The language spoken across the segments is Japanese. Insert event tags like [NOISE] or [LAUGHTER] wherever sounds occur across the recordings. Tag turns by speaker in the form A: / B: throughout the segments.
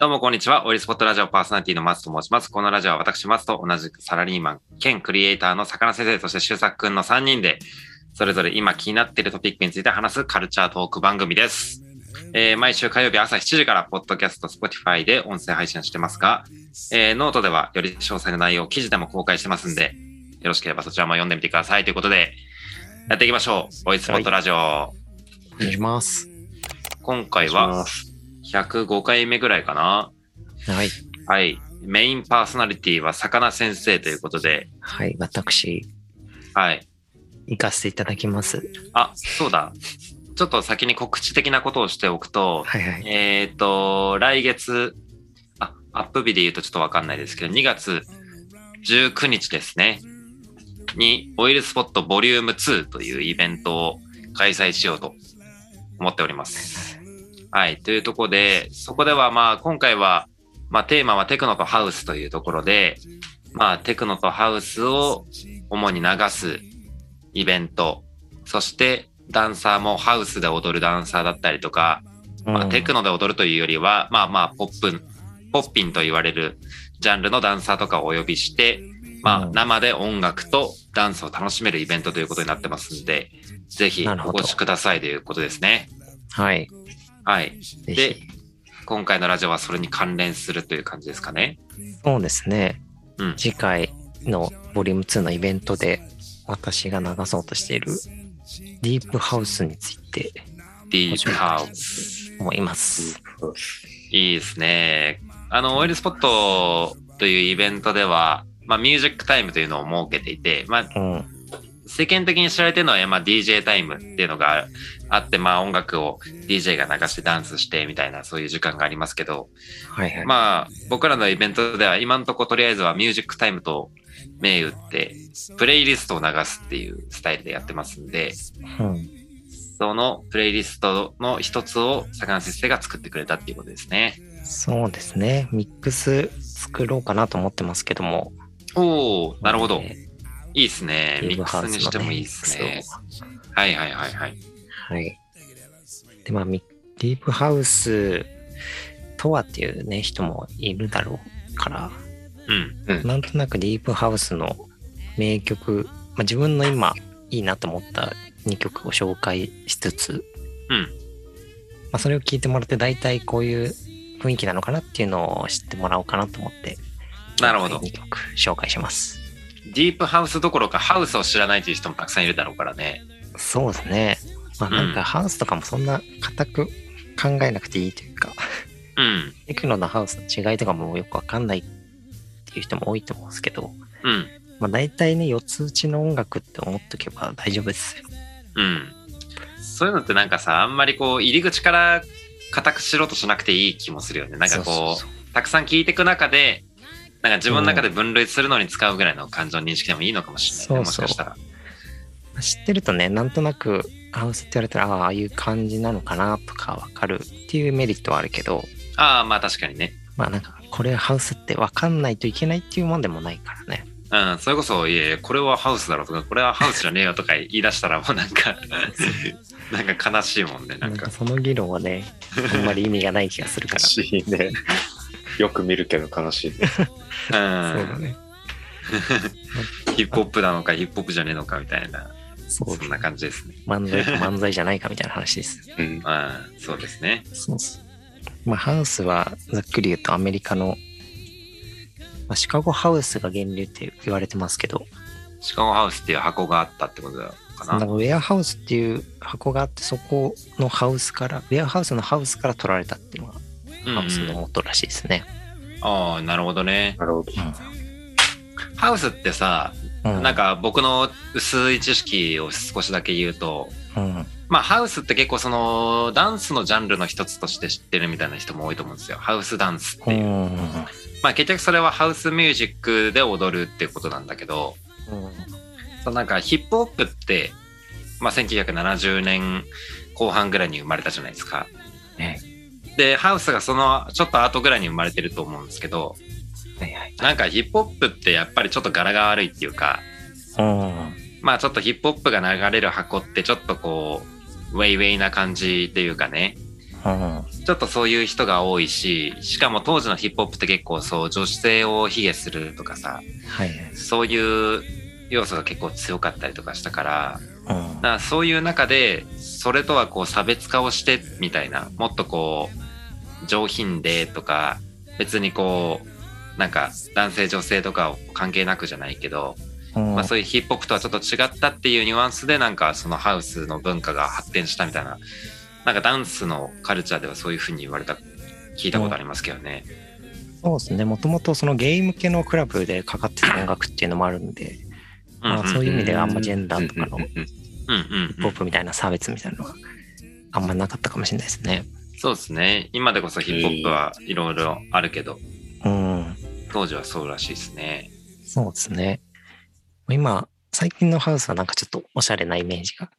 A: どうもこんにちは。オイルスポットラジオパーソナリティの松と申します。このラジオは私、松と同じくサラリーマン兼クリエイターの魚先生、そして修作くんの3人で、それぞれ今気になっているトピックについて話すカルチャートーク番組です。えー毎週火曜日朝7時から、ポッドキャスト、Spotify で音声配信してますが、えーノートではより詳細な内容を記事でも公開してますんで、よろしければそちらも読んでみてください。ということで、やっていきましょう。オイルスポットラジオ。
B: お願いします。
A: 今回は105回目ぐらいかな。
B: はい。
A: はい。メインパーソナリティは魚先生ということで、
B: はい。私、
A: はい。
B: 行かせていただきます。
A: あ、そうだ。ちょっと先に告知的なことをしておくと、
B: はいはい。
A: えっ、と、来月、あ、アップ日で言うとちょっとわかんないですけど、2月19日ですね、に、オイルスポットボリューム2というイベントを開催しようと思っております。はい。というところで、そこではまあ、今回は、まあ、テーマはテクノとハウスというところで、まあ、テクノとハウスを主に流すイベント、そして、ダンサーもハウスで踊るダンサーだったりとか、まあ、テク
B: ノ。
A: ノで踊るというよりは、まあまあ、ポップ、ポッピンと言われるジャンルのダンサーとかをお呼びして、まあ、
B: うん
A: 生で音楽とダンスを楽しめるイベントということになってますんで、ぜひ
B: なるほ
A: お
B: ど
A: 越しくださいということですね。
B: はい。
A: はい。
B: ぜ
A: で
B: ひ。
A: 今回のラジオはそれに関連するという感じですかね。
B: そうですね。
A: うん
B: 次回のボリューム2のイベントで、私が流そうとしているディープハウスについて
A: ディープハウス。
B: 思います。
A: いいですね。あの、オイルスポットというイベントでは、まあ、ミュージックタイムというのを設けていて、まあ、
B: うん。
A: 世間的に知られてるのは、まあ、DJ タイムっていうのがあって、まあ、音楽を DJ が流してダンスしてみたいな、そういう時間がありますけど、
B: はいはい。
A: まあ、僕らのイベントでは、今んとことりあえずはミュージックタイムと銘打って、プレイリストを流すっていうスタイルでやってますんで、
B: うん。
A: そのプレイリストの一つを魚先生が作ってくれたっていうことですね。
B: そうですね。ミックス作ろうかなと思ってますけども。
A: おー、なるほど。
B: え
A: いいですね
B: ー。デ
A: ミ
B: ィープ
A: ックス
B: ハウスのね
A: にしてもいいです
B: ミッ
A: ね
B: ク。スを
A: はいはいはいはい。
B: はい。で、まあ、ミディープハウスとはっていうね、人もいるだろうから、
A: うん。
B: なんとなくディープハウスの名曲、まあ、自分の今いいなと思った2曲を紹介しつつ、
A: うん
B: まあ、それを聞いてもらって大体こういう雰囲気なのかなっていうのを知ってもらおうかなと思って、
A: なるほど
B: 2曲紹介します。
A: ディープハウスどころかハウスを知らないという人もたくさんいるだろうからね。
B: そうですね。まあ、なん
A: うん
B: かハウスとかもそんな固く考えなくていいというか、
A: うん。
B: テクノのハウスの違いとかもよくわかんないっていう人も多いと思うんですけど、
A: うん。
B: まあ、大体ね、四つ打ちの音楽って思っとけば大丈夫ですよ。
A: うん。そういうのってなんかさ、あんまりこう、入り口から固くしろとしなくていい気もするよね。なんかこう、
B: そうそう
A: たくさん聞いていく中で、なんか自分の中で分類するのに使うぐらいの感情認識でもいいのかもしれないね。
B: そうそう
A: もしかしたら。
B: そう知ってるとね、なんとなくハウスって言われたら、ああああいう感じなのかなとかわかるっていうメリットはあるけど、
A: ああ、まあ確かにね。
B: まあなんか、これはハウスってわかんないといけないっていうもんでもないからね。
A: うん、それこそ、いえいえ、これはハウスだろうとか、これはハウスじゃねえよとか言い出したら、もうなん
B: [LAUGHS]
A: か、なんか悲しいもんね。な
B: なんん
A: か
B: か。 [LAUGHS] その議論はね、あんまり意味がない気がする
C: 悲
B: から。そう
C: しいね。よく見るけど悲しいね。
A: う
B: だ
A: ん。
B: ね。
A: ヒップホップなのか、ヒップホップじゃねえのかみたいな、
B: そう
A: そんな感じですね。
B: 漫才か漫才じゃないかみたいな話です。
C: うん。
A: うん、そうですね。
B: そうそう。まあ、ハウスはざっくり言うとアメリカの、まあ、シカゴハウスが源流って言われてますけど、
A: シカゴハウスっていう箱があったってことだか
B: なん
A: な。
B: かウェアハウスっていう箱があって、そこのハウスから、ウェアハウスのハウスから取られたっていうのが
A: うん
B: ハウスの元らしいですね。
A: ああ、なるほどね。
C: なるほど。
A: ハウスってさ、
B: うん。
A: なん、か僕の薄い知識を少しだけ言うと、
B: うん。
A: まあハウスって結構そのダンスのジャンルの一つとして知ってるみたいな人も多いと思うんですよ。ハウスダンスって
B: う
A: いう。
B: ん。
A: まあ結局それはハウスミュージックで踊るってことなんだけど、そうなんかヒップホップって、まあ、1970年後半ぐらいに生まれたじゃないですか。
B: ね
A: でハウスがそのちょっと後ぐらいに生まれてると思うんですけど
B: はいはい。
A: なんかヒップホップってやっぱりちょっと柄が悪いっていうか
B: うん。
A: まあちょっとヒップホップが流れる箱ってちょっとこうウェイウェイな感じっていうかね
B: うん。
A: ちょっとそういう人が多いし、しかも当時のヒップホップって結構そう、女性を卑下するとかさ、
B: はい。
A: そういう要素が結構強かったりとかしたから、
B: うん
A: だからそういう中で、それとはこう差別化をしてみたいな、もっとこう、上品でとか、別にこう、なんか男性女性とか関係なくじゃないけど、
B: うん。
A: まあ、そういうヒップホップとはちょっと違ったっていうニュアンスでなんかそのハウスの文化が発展したみたいななんかダンスのカルチャーではそういうふうに言われた聞いたことありますけどね、
B: そうですね。もともとそのゲイ向けのクラブでかかってた音楽っていうのもあるんで、
A: うんうん
B: まあ、そういう意味ではあんまジェンダーとかの
C: うん
B: ヒ
C: うんう
A: う
C: ん
A: んうん
B: ップホップみたいな差別みたいなのはあんまなかったかもしれないですね。
A: そうですね今でこそヒップホップはいろいろあるけど
B: うん。
A: 当時はそうらしいですね
B: そうですね。今、最近のハウスはなんかちょっとおしゃれなイメージが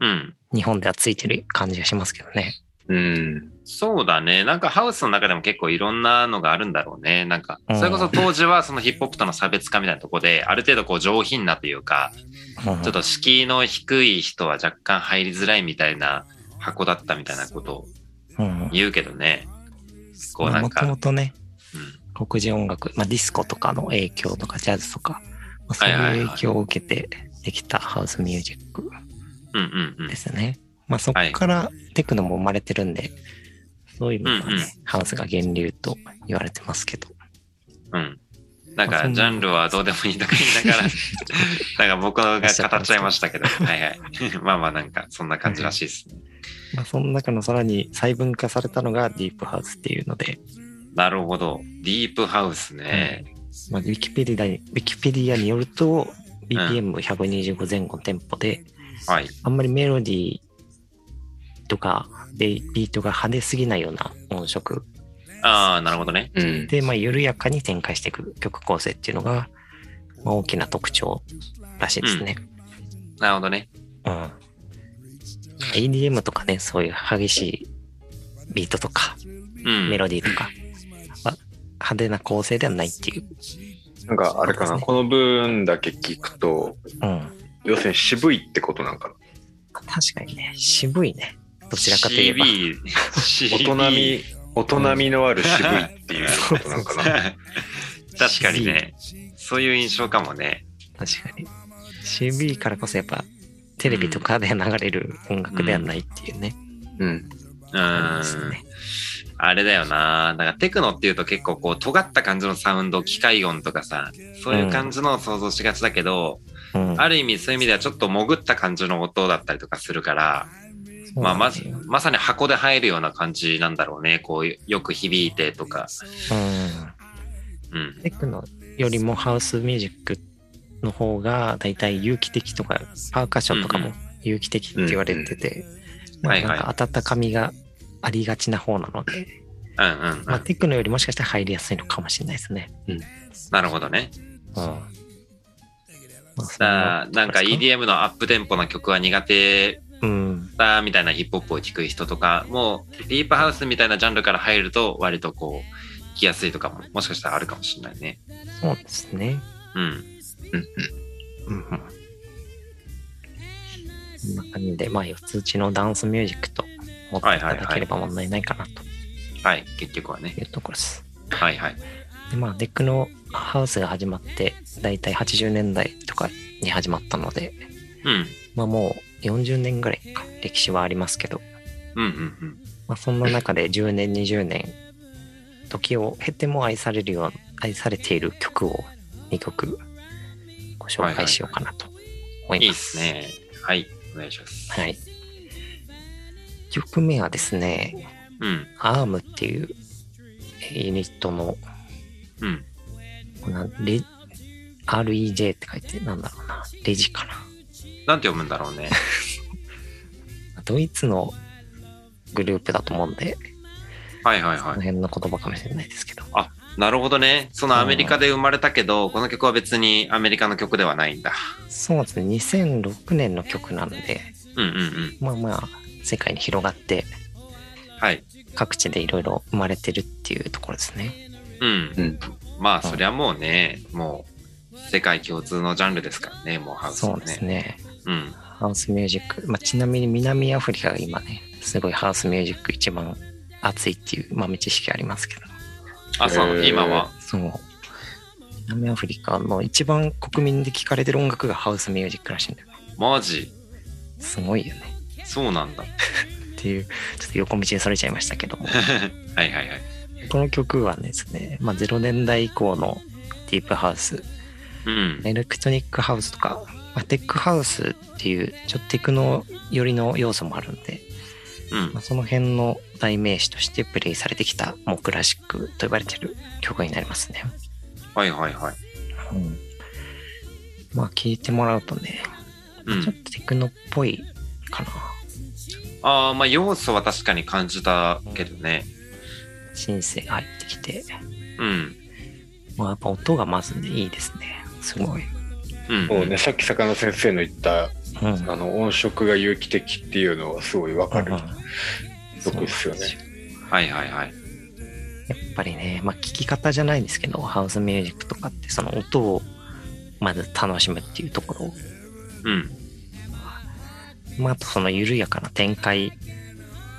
A: うん
B: 日本ではついてる感じがしますけどね。
C: うん。
A: そうだねなんかハウスの中でも結構いろんなのがあるんだろうねなんかそれこそ当時はそのヒップホップとの差別化みたいなとこである程度こう上品なというか
B: うん
A: ちょっと敷居の低い人は若干入りづらいみたいな箱だったみたいなことを
B: うん、
A: 言うけどね。こうなん
B: もとも
A: か、
B: とね、
A: うん
B: 黒人音楽、まあ、ディスコとかの影響とかジャズとか、まあ、そう
A: はいはいは
B: い
A: いう
B: 影響を受けてできたハウスミュージック
A: うんうんうん
B: で。すね。まあ、そこからテクノも生まれてるんで、そういう意味ではね、
A: うんうん
B: ハウスが源流と言われてますけど。
A: うん。なん
B: まあそ
A: か、
B: んな
A: ジャンルはどうでもいいとか言い [LAUGHS] ながら、なんか僕が語っちゃいましたけど、はいはい。 [LAUGHS] まあまあなんか、そんな感じらしいですね。
B: まあ、その中のさらに細分化されたのがディープハウスっていうので、
A: なるほど。ディープハウスね。
B: まあ、ウィキペディアに、ウィキペディアによると、BPM125 前後のテンポで、
A: はい。
B: あんまりメロディーとかでビートが派手すぎないような音色
A: ああ、なるほどね。
C: うん。
B: で、まあ、緩やかに展開していく曲構成っていうのが、まあ、大きな特徴らしいですね。
A: なるほどね。
B: うん。まあ EDM とかね、そういう激しいビートとか
A: うん。
B: メロディーとか、まあ派手な構成ではないっていう。
C: なんかあれかな、この分だけ聞くと、
B: うん。
C: 要するに渋いってことなんかな。
B: 確かにね、渋いね。どちらかといえば。
C: 大
B: [LAUGHS]
A: CB。
C: 人味、大人味のある渋いっていうことなんかな。
A: [LAUGHS] 確かにね。そういう印象かもね。
B: 確かに。CB からこそやっぱ、テレビとかで流れる音楽ではないっていうね。
C: うん。
A: う
B: あり
A: ん
B: ますね
A: あれだよな。だからテクノっていうと結構こう尖った感じのサウンド、機械音とかさ、そういう感じのを想像しがちだけど、
B: うん
A: ある意味そういう意味ではちょっと潜った感じの音だったりとかするから、
B: そう
A: まあ
B: な
A: ま
B: んだよ
A: まさに箱で入るような感じなんだろうね。こうよく響いてとか。
B: う
A: うん
B: ん。。テクノよりもハウスミュージックの方が大体有機的とかパーカッションとか
A: うん
B: も
A: う
B: 有機的って言われてて、
A: うん
B: なんか
A: はいは
B: 温かみがありがちな方なので、
A: うんうん、う
B: まあ、
A: ん。
B: テクノよりもしかしたら入りやすいのかもしれないですね。
A: なるほどね。
B: うん。まあそん
A: さ
B: な
A: あ、なんか EDM のアップテンポな曲は苦手
B: うん。
A: だみたいなヒップホップを聴く人とかもうディープハウスみたいなジャンルから入ると割とこう来やすいとかももしかしたらあるかもしれないね
B: そうですね。
A: うん
B: うんうん。そんな感じで、まあ、四つ打ちのダンスミュージックと思っていただければ問題ないかなと
A: はい結局はね
B: いうところです。
A: はいはい
B: でまあデックのハウスが始まってだいたい80年代とかに始まったので
A: うん
B: まあもう40年ぐらいか歴史はありますけど、
A: うんうんうん
B: まあ、そんな中で10年20年時を経ても愛されるよう愛されている曲を2曲ご紹介しようかなと思
A: い
B: い
A: い
B: ま
A: っ
B: す。
A: すねはいお願いします
B: はい。1曲目はですね
A: うん
B: アームっていうユニットの
A: うん
B: このレ REJ って書いてなんだろうなレジかな
A: なんて読むんだろうね
B: ドイツのグループだと思うんで、
A: はいはい
B: こ
A: は
B: の
A: い
B: 辺の言葉かもしれないですけど。
A: なるほどねそのアメリカで生まれたけどこの曲は別にアメリカの曲ではないんだ
B: そうですね、2006年の曲なんで、
A: うんうんうん
B: まあまあ、世界に広がって、
A: はい
B: 各地でいろいろ生まれてるっていうところですね。
A: うん
C: うん。
A: まあそりゃもうねもう世界共通のジャンルですからねもうハウス
B: そ
A: は
B: う
A: ね
B: ですね。
A: うん
B: ハウスミュージック。まあ、ちなみに南アフリカが今ね、すごいハウスミュージック一番熱いっていう豆知識ありますけど。
A: あ、そうなの、
C: へー
A: 今は。
B: そう。南アフリカの一番国民で聞かれてる音楽がハウスミュージックらしいんだよね。
A: マジ
B: すごいよね。
A: そうなんだ。 [LAUGHS]
B: っていう、ちょっと横道にそれちゃいましたけども。
A: はいはいはい。
B: この曲はですね、まあ、0年代以降のディープハウス、
A: うん。
B: エレクトロニックハウスとか、まあ、テックハウスっていう、ちょっとテクノ寄りの要素もあるんで、
A: うん
B: まあ、。その辺の代名詞としてプレイされてきた、もうクラシックと呼ばれてる曲になりますね。
A: はいはいはい。
B: うん、まあ、聴いてもらうとね、
A: う
B: ちょっ
A: ん。
B: とテクノっぽいかな。
A: ああ、まあ要素は確かに感じたけどね。
B: シンセが入ってきて、
A: うん。
B: まあ、やっぱ音がまずね、いいですね。すごい。
A: うん。
C: そうね、さっき坂野先生の言った
B: うん。
C: あの音色が有機的っていうのはすごいわかる
B: うん。
C: すごいっすよね。
A: はいはいはい。
B: やっぱりね、まあ、聞き方じゃないですけど、ハウスミュージックとかって、その音をまず楽しむっていうところ、
A: うん。
B: まあ、あとその緩やかな展開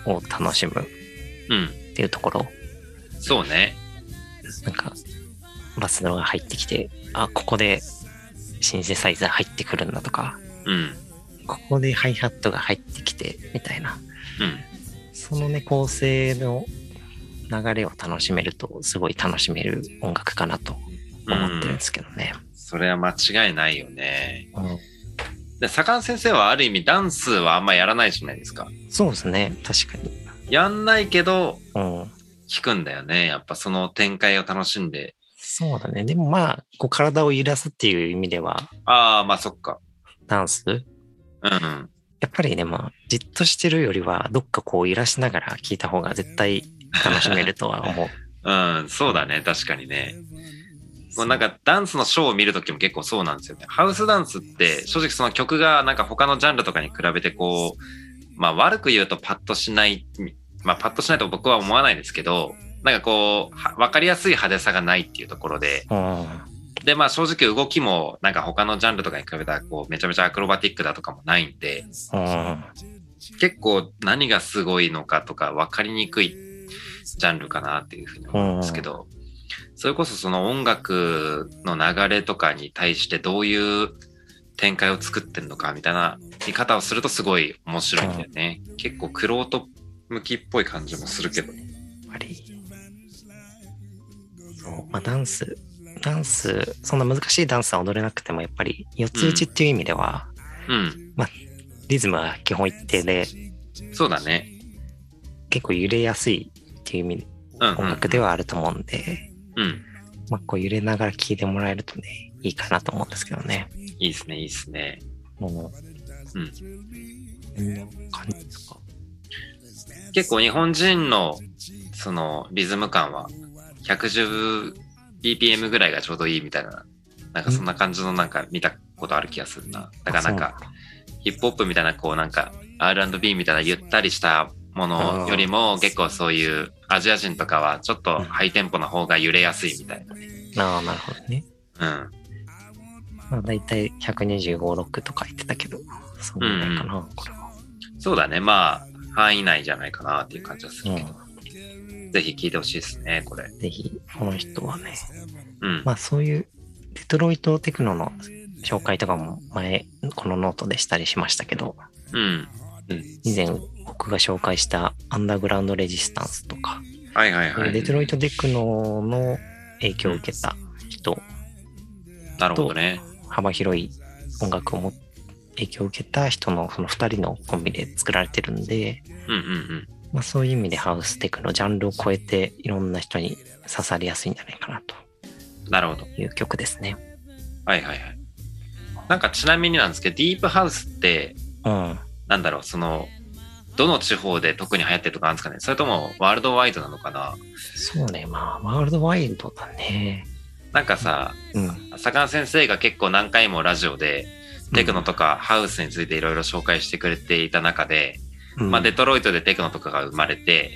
B: を楽しむ
A: うん。
B: っていうところ、
A: そうね。
B: なんか、バスのが入ってきて、あ、ここでシンセサイザー入ってくるんだとか、
A: うん。
B: ここでハイハットが入ってきて、みたいな、
A: うん。
B: そのね、構成の流れを楽しめると、すごい楽しめる音楽かなと思ってるんですけどね。
A: それは間違いないよね。
B: うん
A: で、坂野先生はある意味ダンスはあんまやらないじゃないですか。
B: そうですね、確かに。
A: やんないけど、
B: うん。
A: 聞くんだよね。やっぱその展開を楽しんで。
B: そうだね。でもまあ、こう体を揺らすっていう意味では、
A: ああ、まあそっか。
B: ダンス
A: うんうん。
B: やっぱりね、まあ、じっとしてるよりは、どっかこう揺らしながら聞いた方が絶対楽しめるとは思
A: [LAUGHS]
B: う。
A: うん、そうだね。確かにね。もうなんかダンスのショーを見るときも結構そうなんですよね。ハウスダンスって正直その曲がなんか他のジャンルとかに比べてこう、まあ悪く言うとパッとしない、まあパッとしないと僕は思わないですけど、なんかこう、はわかりやすい派手さがないっていうところで、
B: うん。
A: でまあ正直動きもなんか他のジャンルとかに比べたらこうめちゃめちゃアクロバティックだとかもないんで、
B: うん。
A: 結構何がすごいのかとか分かりにくいジャンルかなっていうふうに思うんですけど、それこそその音楽の流れとかに対してどういう展開を作ってるのかみたいな見方をするとすごい面白いんだよね。結構クロート向きっぽい感じもするけど。
B: やっぱり、そう、まあ、ダンス、ダンス、そんな難しいダンスは踊れなくても、やっぱり、四つ打ちっていう意味では、
A: うん、
B: リズムは基本一定で、
A: そうだね。
B: 結構揺れやすいっていう意味、
A: うん、うん。
B: 音楽ではあると思うんで、
A: うん。
B: まあ、こう揺れながら聴いてもらえるとね、いいかなと思うんですけどね。
A: いいですね、いいですね。
B: も
A: う
B: う、
A: ん
B: うん。感じですか。
A: 結構日本人のそのリズム感は 110bpm ぐらいがちょうどいいみたいな、なんかそんな感じのなんか見たことある気がするな。だからなんかヒップホップみたいなこうなんか R&B みたいなゆったりしたものよりも結構そういうアジア人とかはちょっとハイテンポな方が揺れやすいみたい
B: ああ、なるほどね。
A: な。
B: まあ、だいたい125、6とか言ってたけど、そうなんかな、これは。
A: うん。そうだね。まあ範囲内じゃないかなっていう感じはするけど、
B: う
A: ぜひ聴いてほしいですね、これ。
B: ん。ぜひ、この人はね、
A: うん。
B: まあそういうデトロイトテクノの紹介とかも前、このノートでしたりしましたけど、
A: うん。
B: 以前僕が紹介したアンダーグラウンドレジスタンスとか、
A: はいはいはい。
B: デトロイトテクノの影響を受けた人、
A: なるほどね。
B: 幅広い音楽をも影響を受けた人のその2人のコンビで作られてるんで、
A: うんうんうん。
B: まあ、そういう意味でハウステクノジャンルを超えていろんな人に刺さりやすいんじゃないかなと
A: なるほど。
B: いう曲ですね。
A: はいはいはい。なんかちなみになんですけど、ディープハウスって、
B: うん。
A: なんだろう、その、どの地方で特に流行ってるとかあるんですかねそれともワールドワイドなのかな
B: そうね、まあワールドワイドだね。
A: なんかさ、
B: うん。
A: 坂野先生が結構何回もラジオで、テクノとかハウスについていろいろ紹介してくれていた中で、
B: うん、
A: まあデトロイトでテクノとかが生まれて、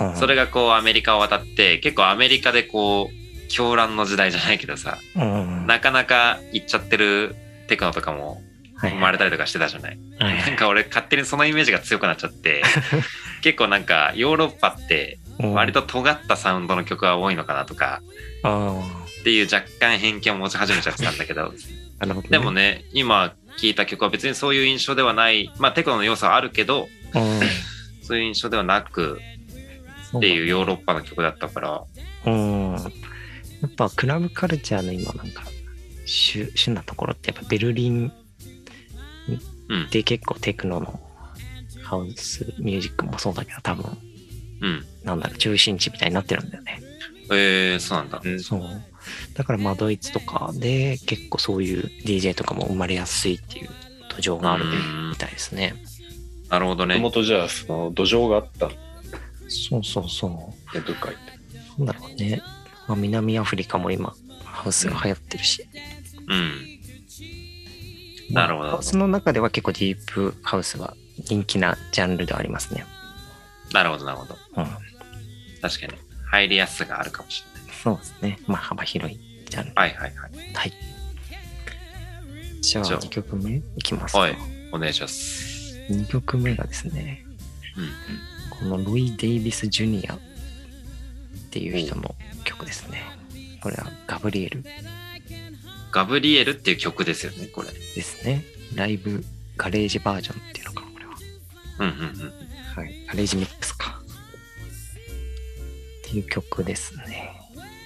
B: うん、
A: それがこうアメリカを渡って、結構アメリカでこう、狂乱の時代じゃないけどさ、
B: うん、
A: なかなか行っちゃってるテクノとかも
B: はい
A: 生まれたりとかしてたじゃない。
B: はいは
A: [LAUGHS] なん
B: い
A: か俺勝手にそのイメージが強くなっちゃって、
B: [LAUGHS]
A: 結構なんかヨーロッパって
B: うん
A: 割と尖ったサウンドの曲が多いのかなとか
B: あ
A: っていう若干偏見を持ち始めちゃってたんだけど、
B: あなるほど、ね、
A: でもね、今聴いた曲は別にそういう印象ではない、まあテクノの要素はあるけど、
B: うん
A: そういう印象ではなく
B: そ
A: っていうヨーロッパの曲だったから、
B: うん。やっぱクラブカルチャーの今なんか主主なところってやっぱベルリン
A: うん
B: で結構テクノのハウスミュージックもそうだけど多分
A: うん。
B: なんだろう中心地みたいになってるんだよね。
A: えー、そうなんだ。
C: うん
B: そう。だからまあドイツとかで結構そういう DJ とかも生まれやすいっていう土壌があ
A: う
B: る
A: ん
B: みたいですね。
A: なるほど
C: もと
A: ね
C: も。とじゃあ、その土壌があったね、
B: そうそうそう。
C: 部会って。
B: なんだろうね。まあ、南アフリカも今、ハウスが流行ってるし。
A: うん。なるほど
B: まあハウスの中では結構ディープハウスは人気なジャンルではありますね。
A: なるほど、なるほど。
B: うん。
A: 確かに。入りやすさがあるかもしれない。
B: そうですね。まあ、幅広いジャンル。
A: はいはいはい。
B: じゃあ、
A: じゃあ
B: 2曲目いきますか。
A: はい。お願いします。
B: 2曲目がですね、このロイ・デイビス・ジュニアっていう人の曲ですね。これはガブリエル
A: ガブリエルっていう曲ですよね、これ。
B: ですね。ライブガレージバージョンっていうのかな、これは。
A: うんうんうん。
B: はい、ガレージミックスか。っていう曲ですね。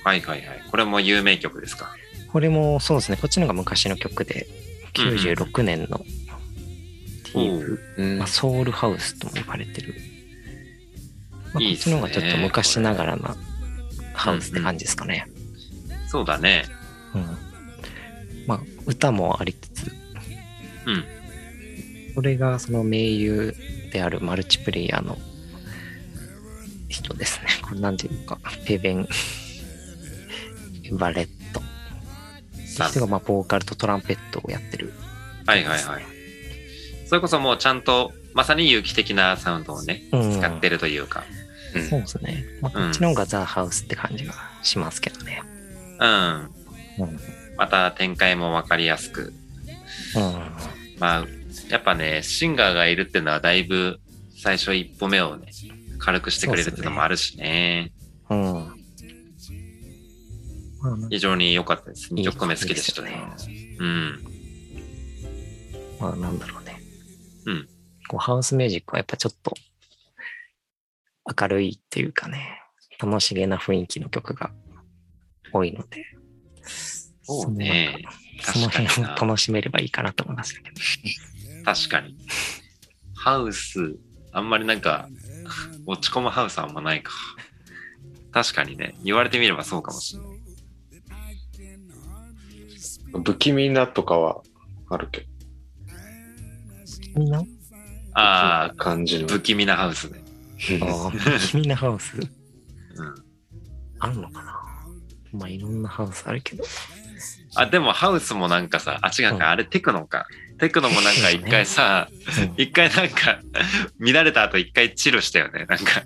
A: はいはいはい。これも有名曲ですか。
B: これもそうですね、こっちのが昔の曲で、96年のっていう、
C: うん
B: まあ、ソウルハウスとも呼ばれてる。ま
A: い
B: あ、こ
A: い
B: っ
A: っ
B: ち
A: す
B: の
A: ね
B: 方がちょっと昔ながらなハウスって感じですかね。
A: そうだね。
B: うんまあ、歌もありつつ、
A: うん。
B: これがその盟友であるマルチプレイヤーの人ですね。これなんていうか、ペベン、バレット。そしてがまあボーカルとトランペットをやってる。
A: はいはいはい。それこそもうちゃんと、まさに有機的なサウンドをね、
B: うん
A: 使ってるというか。
C: うん
B: そうですね。まあ、こっちの方がザ・ハウスって感じがしますけどね。
A: うん。
B: うん。うん。
A: また展開もわかりやすく。まあ、やっぱね、シンガーがいるっていうのはだいぶ最初一歩目をね、軽くしてくれるっていうのもあるしね。
B: うん。まあ、なんか
A: 非常に良かったです。
B: い
A: 2
B: い
A: 曲目好きでしたね。
B: 曲ですよね
A: うん。
B: まあ、なんだろうね。
A: うん。
B: こう、ハウスミュージックはやっぱちょっと明るいっていうかね、楽しげな雰囲気の曲が多いので、
A: そうね。
B: その
A: 確かに
B: 辺を
A: な
B: 楽しめればいいかなと思いますけど。
A: 確かに。ハウス、あんまりなんか、落ち込むハウスはあんまないか。確かにね、言われてみればそうかもしれない。
C: 不気味なとかはあるけど、
B: みんな
A: ああ、
C: 感じの。
A: 不気味なハウスね。
B: あー [LAUGHS] 君のハウス
A: うん。
B: あるのかなまあ、いろんなハウスあるけど。
A: あ、でもハウスもなんかさ、あ、違うか、
B: うん
A: あれテクノか。テクノもなんか一回さ、
B: うん
A: 一回なんか、乱れた後一回チルしたよね。なんか、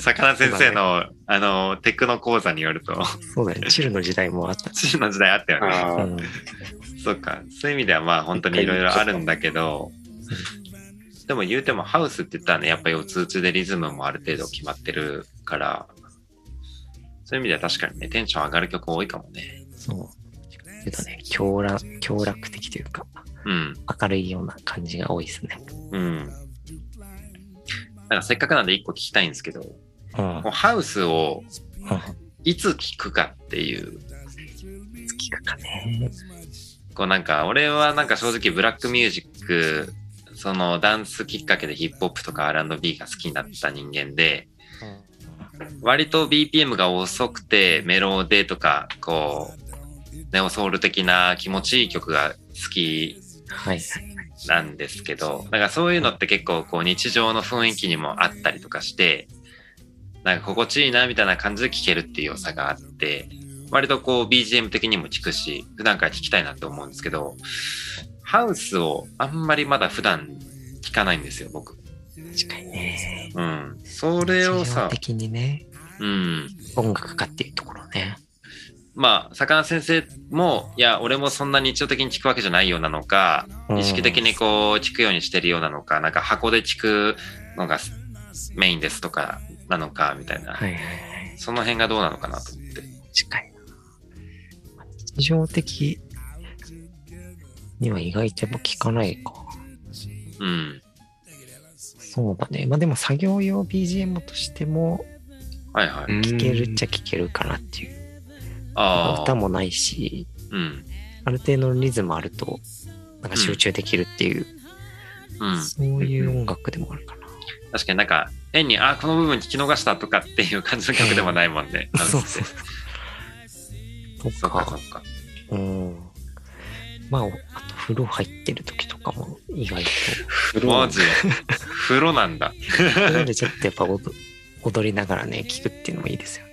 A: 魚先生の、あの、テクノ講座によると、
B: そうだよね。チルの時代もあった。
A: チルの時代あったよね。
C: あ
B: う
C: ー
B: ん。
A: そうか、そういう意味ではまあ本当にいろいろあるんだけど、でも言うてもハウスって言ったらね、やっぱ四つ打ちでリズムもある程度決まってるから、そういう意味では確かにね、テンション上がる曲多いかもね。
B: そう。けどね、強楽強楽的というか、
A: うん、
B: 明るいような感じが多いですね。
A: うん。なんかせっかくなんで一個聞きたいんですけど、こ
B: うん。
A: うハウスを
B: うん
A: いつ聞くかっていう、
B: 聞くかね。
A: こうなんか俺はなんか正直ブラックミュージック、そのダンスきっかけでヒップホップとか R&B が好きになった人間で、割と BPM が遅くてメロデーとかこうネオソウル的な気持ちいい曲が好き
B: はい。
A: なんですけどなんかそういうのって結構こう日常の雰囲気にもあったりとかしてなんか心地いいなみたいな感じで聴けるっていう良さがあって割とこう BGM 的にも聴くし普段から聴きたいなって思うんですけどハウスをあんまりまだ普段聴かないんですよ僕。
B: 確かにね。
A: うん、それを
B: 日常
A: さ、
B: 的にね、
A: うん、
B: 音楽家っていうところね。
A: まあ、魚先生も、いや、俺もそんな日常的に聞くわけじゃないようなのか、
B: うん
A: 意識的にこう、聞くようにしてるようなのか、なんか箱で聞くのがメインですとか、なのか、みたいな、
B: はいはいはい。
A: その辺がどうなのかなと思って。
B: 確かにな。日常的には意外とやっぱ聞かないか。
A: うん。
B: そうだね。まあでも作業用 BGM としても
A: はいはい。
B: 聞けるっちゃ聞けるかなっていう。
A: ああ。
B: 歌もないし、
A: うん。
B: ある程度のリズムあると、なんか集中できるっていう、
A: うん。
B: そういう音楽でもあるかな。
A: 確かになんか、変に、あ、この部分聞き逃したとかっていう感じの曲でもないもんね。あの
B: [LAUGHS] そうそう。
A: [LAUGHS]
B: と
A: そっかそ
B: か、
A: っか。
B: うん。まあ、おあと風呂入ってる時とかも意外と。
C: 風
A: マ
C: 呂
A: ジで。風呂なんだ。
B: なのでちょっとやっぱ踊踊りながらね、聞くっていうのもいいですよね。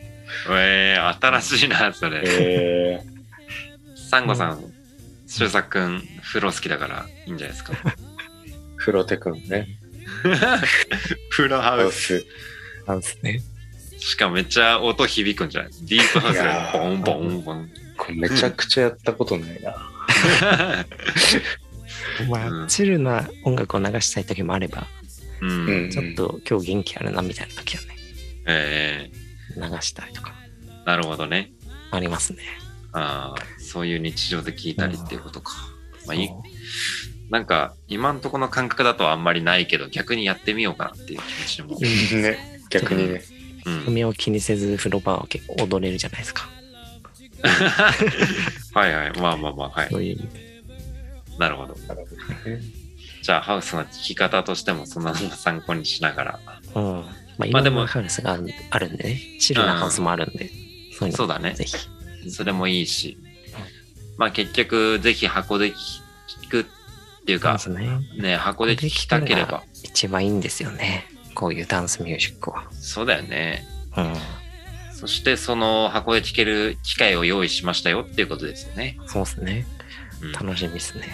A: えー、新しいな、それ。
C: え
A: サンゴさん、周作くん、風呂好きだからいいんじゃないですか。
C: ー、風呂テくんね。
A: [LAUGHS] 風呂ハ
C: ハ
A: ウ
C: ウ
A: ス。
C: ス。
B: なんですね。
A: しかもめっちゃ音響くんじゃないディープハウス
C: いや
A: がボン
C: ー
A: ボンボン。 [LAUGHS]
C: これめちゃくちゃやったことないな。
B: ま
A: うん
B: あ、チルな音楽を流したい時もあれば、
A: う。
C: うん
B: ちょっと今日元気あるなみたいな時はね、
A: え
B: 流したりとか
A: ー、なるほどね。
B: ありますね。
A: あーそういう日常で聞いたりっていうことか。まあいい
B: そう
A: なんか今んとこの感覚だとあんまりないけど逆にやってみようかなっていう気持ちも、
B: うん
C: ね、逆にね。
A: うん、
B: 海を気にせず風呂場は結構踊れるじゃないですか。
A: [LAUGHS] はいはいまあまあまあはい
B: そういう意味で。
A: なるほど
C: なるほどね
A: じゃあハウスの聞き方としてもそんなのも参考にしながら
B: うん。まあ、
A: ま
B: いろ
A: あ
B: ん
A: で
B: な
A: も
B: ハウスがあるあるんでね、チルなハウスもあるんで、そういう
A: そう
B: の
A: だね
B: ぜひ。
A: それもいいし、まあ結局、ぜひ箱で聞くっていう
B: そう
A: か
B: で、すね。
A: ね、箱で聞きたければ、
B: 一番いいんですよね。こういうダンスミュージックは。
A: そうだよね。
B: う
A: そして、その箱で聞ける機会を用意しましたよっていうことですよね。
B: ん。そうですね。
A: うん
B: 楽しみですね。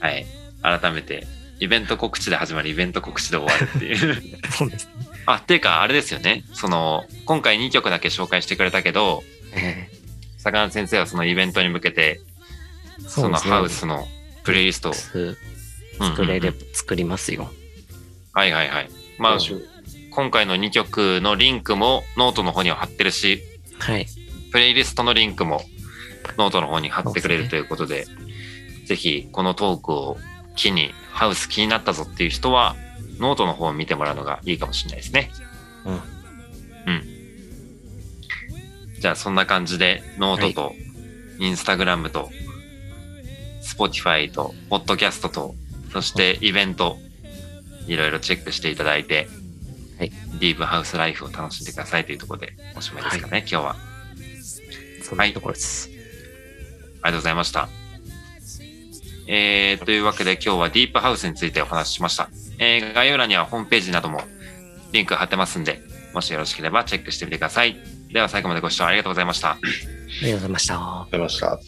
A: はい。改めて、イベント告知で始まり、イベント告知で終わるっていう。
B: そうですね。
A: あ、っていうか、あれですよね。その、今回2曲だけ紹介してくれたけど、
B: え
A: 坂上先生はそのイベントに向けて、
B: え
A: そのハウス
B: の
A: のプレイリストを
B: 作れ
A: うんうんう
B: れ
A: ん
B: 作りますよ。
A: はいはいはい。まあ
C: どう、しよう
A: 今回の2曲のリンクもノートの方には貼ってるし、
B: はい。
A: プレイリストのリンクもノートの方に貼ってくれる
B: そうですね
A: ということで、ぜひこのトークを機にハウス気になったぞっていう人は、ノートの方を見てもらうのがいいかもしれないですね。
B: うん
A: うん。じゃあそんな感じで、ノートと、インスタグラムと、スポティファイと、ポッドキャストと、そしてイベント、いろいろチェックしていただいて、
B: はい
A: ディープハウスライフを楽しんでくださいというところでおしまいですかね、今日は。
B: そんなところです。
A: ありがとうございました。えー、というわけで今日はディープハウスについてお話ししました。えー概要欄にはホームページなどもリンク貼ってますんで、もしよろしければチェックしてみてください。では最後までご視聴ありがとうございました。
B: ありがとうございました。
C: 出ました。